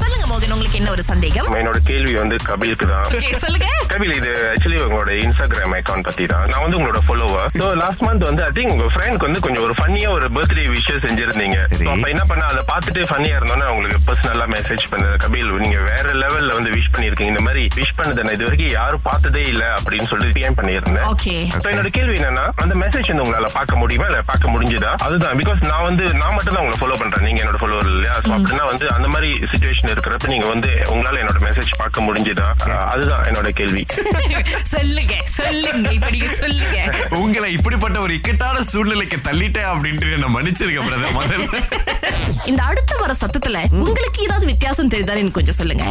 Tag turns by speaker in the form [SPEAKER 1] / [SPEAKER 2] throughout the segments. [SPEAKER 1] சொல்லுங்க மோகன் உங்களுக்கு என்ன ஒரு சந்தேகம்
[SPEAKER 2] என்னோட கேள்வி வந்து கபிலுக்கு தான்
[SPEAKER 1] Okay, சொல்லுங்க
[SPEAKER 2] கபில் இது ஆக்சுவலி உங்களோட இன்ஸ்டாகிராம் அக்கௌண்ட் பத்தி தான் நான் வந்து உங்களோட follower ஸோ லாஸ்ட் மந்த் வந்து ஐ திங்க் உங்க ஃப்ரெண்ட்க்கு வந்து கொஞ்சம் ஒரு ஃபன்னியா ஒரு பர்த்டே விஷயம் செஞ்சிருந்தீங்க
[SPEAKER 3] சரி.
[SPEAKER 2] So, அப்ப என்ன பண்ண அதை பார்த்துட்டு ஃபன்னியா இருந்தோன்னே உங்களுக்கு பர்சனலா மெசேஜ் பண்ண கபில் நீங்க வேற லெவல்ல வந்து விஷ் பண்ணிருக்கீங்க இந்த மாதிரி விஷ் பண்ணதை நான் இது வரைக்கும் யாரும் பார்த்ததே இல்ல அப்படின்னு சொல்லி பிஎம் பண்ணியிருந்தேன்
[SPEAKER 1] ஓகே
[SPEAKER 2] So, என்னோட கேள்வி என்னன்னா அந்த மெசேஜ் வந்து உங்களால பார்க்க முடியுமா இல்ல பார்க்க முடிஞ்சுதா அதுதான் பிகாஸ் நான் வந்து நான் மட்டும் தான் உங்களை ஃபாலோ பண்றேன் நீங்க என்னோட ஃபாலோவர் இல்லையா So, அப்படின்னா வந்து அந்த மாதிரி சுச்சுவேஷன் இருக்கிறப்ப நீங்க வந்து உங்களால என்னோட மெசேஜ் பார்க்க முடிஞ்சுதா அஹ், அதுதான் என்னோட கேள்வி
[SPEAKER 1] சொல்லுங்க சொல்லுங்க இப்ப நீங்க சொல்லுங்க
[SPEAKER 3] உங்களை இப்படிப்பட்ட ஒரு இக்கட்டான சூழ்நிலைக்கு தள்ளிட்டேன் அப்படின்ட்டு என்ன மன்னிச்சிருக்க பிரதர் முதல்ல
[SPEAKER 1] இந்த அடுத்து வர சத்தத்துல உங்களுக்கு ஏதாவது வித்தியாசம் தெரியுதான்னு எனக்கு கொஞ்சம் சொல்லுங்க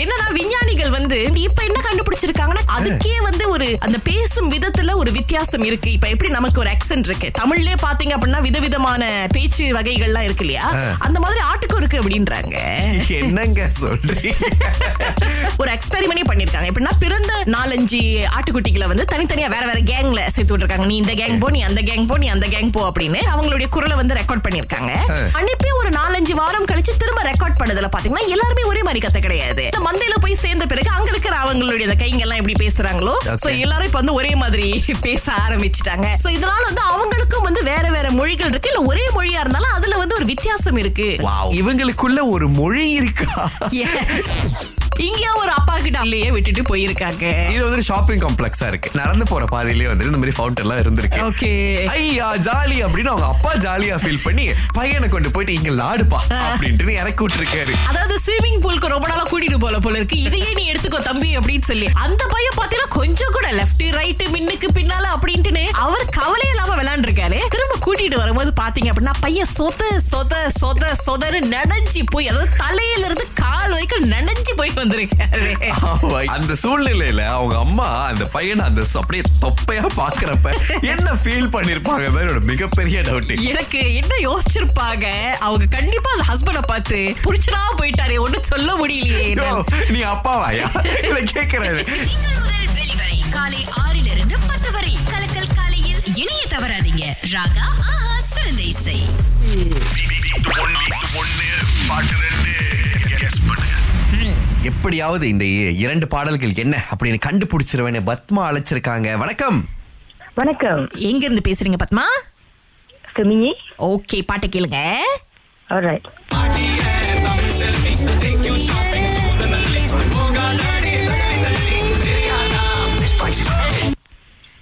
[SPEAKER 1] என்னன்னா விஞ்ஞானிகள் வந்து இப்ப என்ன கண்டுபிடிச்சிருக்காங்கன்னா அதுக்கே வந்து ஒரு அந்த பேசும் விதத்துல ஒரு வித்தியாசம் இருக்கு இப்ப எப்படி நமக்கு ஒரு அக்சென்ட் இருக்கு தமிழ்லயே பாத்தீங்க அப்படின்னா விதவிதமான பேச்சு வகைகள்லாம் இருக்கு இல்லையா அந்த மாதிரி ஆட்டுக்கு இருக்கு அப்படின்றாங்க
[SPEAKER 3] என்னங்க சொல்றீங்க
[SPEAKER 1] ஒரு எக்ஸ்பெரிமெண்டே பண்ணிருக்காங்க எப்படின்னா பிறந்த நாலஞ்சு ஆட்டுக்குட்டிகளை வந்து தனித்தனியா வேற வேற கேங்ல சேர்த்து விட்டுருக்காங்க நீ இந்த கேங் போ நீ அந்த கேங் போ நீ அந்த கேங் போ அப்படின்னு அவங்களுடைய குரலை வந்து ரெக்கார்ட் பண்ணிருக்காங்க அனுப்பி ஒரு நாலஞ்சு வாரம் கழிச்சு திரும்ப ரெக்கார்ட் பண்ணதுல பாத்தீங்கன்னா எல்லாருமே ஒரே மாதிரி கத்த கிடையாது இந்த மந்தையில போய் சேர்ந்த பிறகு அங்க இருக்கிற அவங்களுடைய அந்த கைங்க எல்லாம் எப்படி பேசுறாங்களோ
[SPEAKER 3] Okay.
[SPEAKER 1] சோ எல்லாரும் இப்ப வந்து ஒரே மாதிரி பேச ஆரம்பிச்சுட்டாங்க சோ இதனால வந்து அவங்களுக்கும் வந்து வேற வேற மொழிகள் இருக்கு இல்ல ஒரே மொழியா இருந்தாலும் அதுல வந்து ஒரு வித்தியாசம் இருக்கு
[SPEAKER 3] இவங்களுக்குள்ள ஒரு மொழி இருக்கா
[SPEAKER 1] Yeah. இங்க ஒரு அப்பா கிட்ட அல்லையே விட்டுட்டு போயிருக்காங்க
[SPEAKER 3] இது வந்து ஷாப்பிங் காம்ப்ளெக்ஸா இருக்கு நடந்து போற பாதையிலே வந்து இந்த மாதிரி ஃபவுண்டர் எல்லாம் இருந்திருக்கு
[SPEAKER 1] ஓகே
[SPEAKER 3] ஐயா ஜாலி அப்படின்னு அவங்க அப்பா ஜாலியா ஃபீல் பண்ணி பையனை கொண்டு போயிட்டு இங்க லாடுப்பா அப்படின்ட்டு இறக்கி விட்டுருக்காரு
[SPEAKER 1] அதாவது ஸ்விமிங் பூலுக்கு ரொம்ப நாளா கூட்டிட்டு போல போல இருக்கு இதையே நீ எடுத்துக்கோ தம்பி அப்படின்னு சொல்லி அந்த பையன் பாத்தீங்கன்னா கொஞ்சம் கூட லெஃப்ட் ரைட் மின்னுக்கு பின்னால அப்படின்ட்டுன்னு அவர் கவலை இல்லாம விளையாண்டுருக்காரு திரும்ப கூட்டிட்டு வரும்போது பாத்தீங்க அப்படின்னா பையன் சொத சொத சொத சொதன்னு நனைஞ்சு போய் அதாவது தலையில இருந்து கால் வரைக்கும் நனைஞ்சு போய் வந்திருக்காரு
[SPEAKER 3] ஆமா. அந்த சூழ்நிலையில அவங்க அம்மா அந்த பையனை அந்த ச- அப்படியே தொப்பையா பாக்குறப்ப என்ன ஃபீல் பண்ணிருப்பாங்க என்னோட மிகப்பெரிய டவுட்
[SPEAKER 1] எனக்கு என்ன யோசிச்சிருப்பாங்க அவங்க கண்டிப்பா அந்த ஹஸ்பண்ட பார்த்து புடிச்சனா போயிட்டாரே ஒண்ணும் சொல்ல முடியலையே நான்
[SPEAKER 3] நீ அப்பாவாயா இல்ல கேக்குறாரு
[SPEAKER 4] திங்கள் முதல் வெளிவரை காலை ஆறிலிருந்து பத்து வரை கலக்கல் காலையில் இணைய தவறாதீங்க ராகா ஆஹா சிறந்த இசை
[SPEAKER 5] ஒன்னு பாட்டு ரெண்டு கெஸ் பண்ணுங்க
[SPEAKER 3] எப்படியாவது இந்த இ- இரண்டு பாடல்கள் என்ன அப்படின்னு கண்டுபிடிச்சிருவேன்னு பத்மா அழைச்சிருக்காங்க வணக்கம்
[SPEAKER 6] வணக்கம்
[SPEAKER 1] எங்க இருந்து பேசுறீங்க பத்மா
[SPEAKER 6] சுமிங்கி
[SPEAKER 1] ஓகே பாட்டை கேளுங்க
[SPEAKER 6] ஆல்ரைட்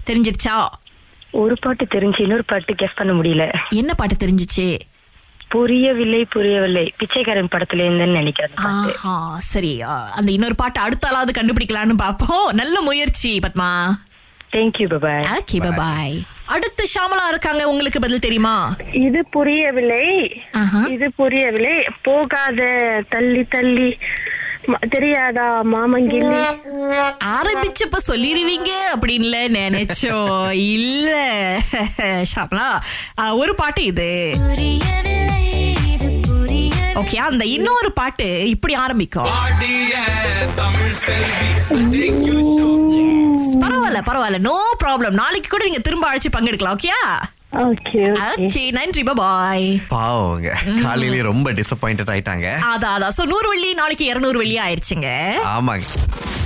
[SPEAKER 1] தெரிஞ்சிருச்சா
[SPEAKER 6] ஒரு பாட்டு தெரிஞ்சு இன்னொரு பாட்டு கெஸ் பண்ண முடியல
[SPEAKER 1] என்ன பாட்டு தெரிஞ்சிச்சு
[SPEAKER 6] புரியவில்லை புரியவில்லை பிச்சைக்காரன் படத்துல இருந்தேன்னு நினைக்கிறேன் பாட்டு.
[SPEAKER 1] ஆஹா சரி ஆ, அந்த இன்னொரு பாட்டு அடுத்தாலாவது கண்டுபிடிக்கலாம்னு பாப்போம் நல்ல முயற்சி Padma
[SPEAKER 6] thank you bye bye
[SPEAKER 1] okay bye அடுத்து ஷாமலா இருக்காங்க உங்களுக்கு பதில் தெரியுமா
[SPEAKER 7] இது புரியவில்லை
[SPEAKER 1] ஆஹா.
[SPEAKER 7] இது புரியவில்லை போகாத தள்ளி தள்ளி ம- தெரியாதா மாமங்கில்லி
[SPEAKER 1] ஆரம்பிச்சப்ப சொல்லிருவீங்க அப்படின்ல நினைச்சோம் இல்ல ஷாமலா ஆ, ஒரு பாட்டு இது ஓகே அந்த இன்னொரு பாட்டு இப்படி ஆரம்பிக்கும் Yes, பரவாயில்ல பரவாயில்ல நோ ப்ராப்ளம் நாளைக்கு கூட நீங்க திரும்ப அழைச்சு பங்கெடுக்கலாம் ஓகேயா
[SPEAKER 7] ஓகே
[SPEAKER 1] ஓகே நன்றி பாய்
[SPEAKER 3] பாவங்க காலையிலேயே ரொம்ப டிசப்பாயிண்டட் ஆயிட்டாங்க
[SPEAKER 1] அதான் அதான் சோ நூறு வெள்ளி நாளைக்கு இருநூறு வெள்ளி ஆயிருச்சுங்க
[SPEAKER 3] ஆமாங்க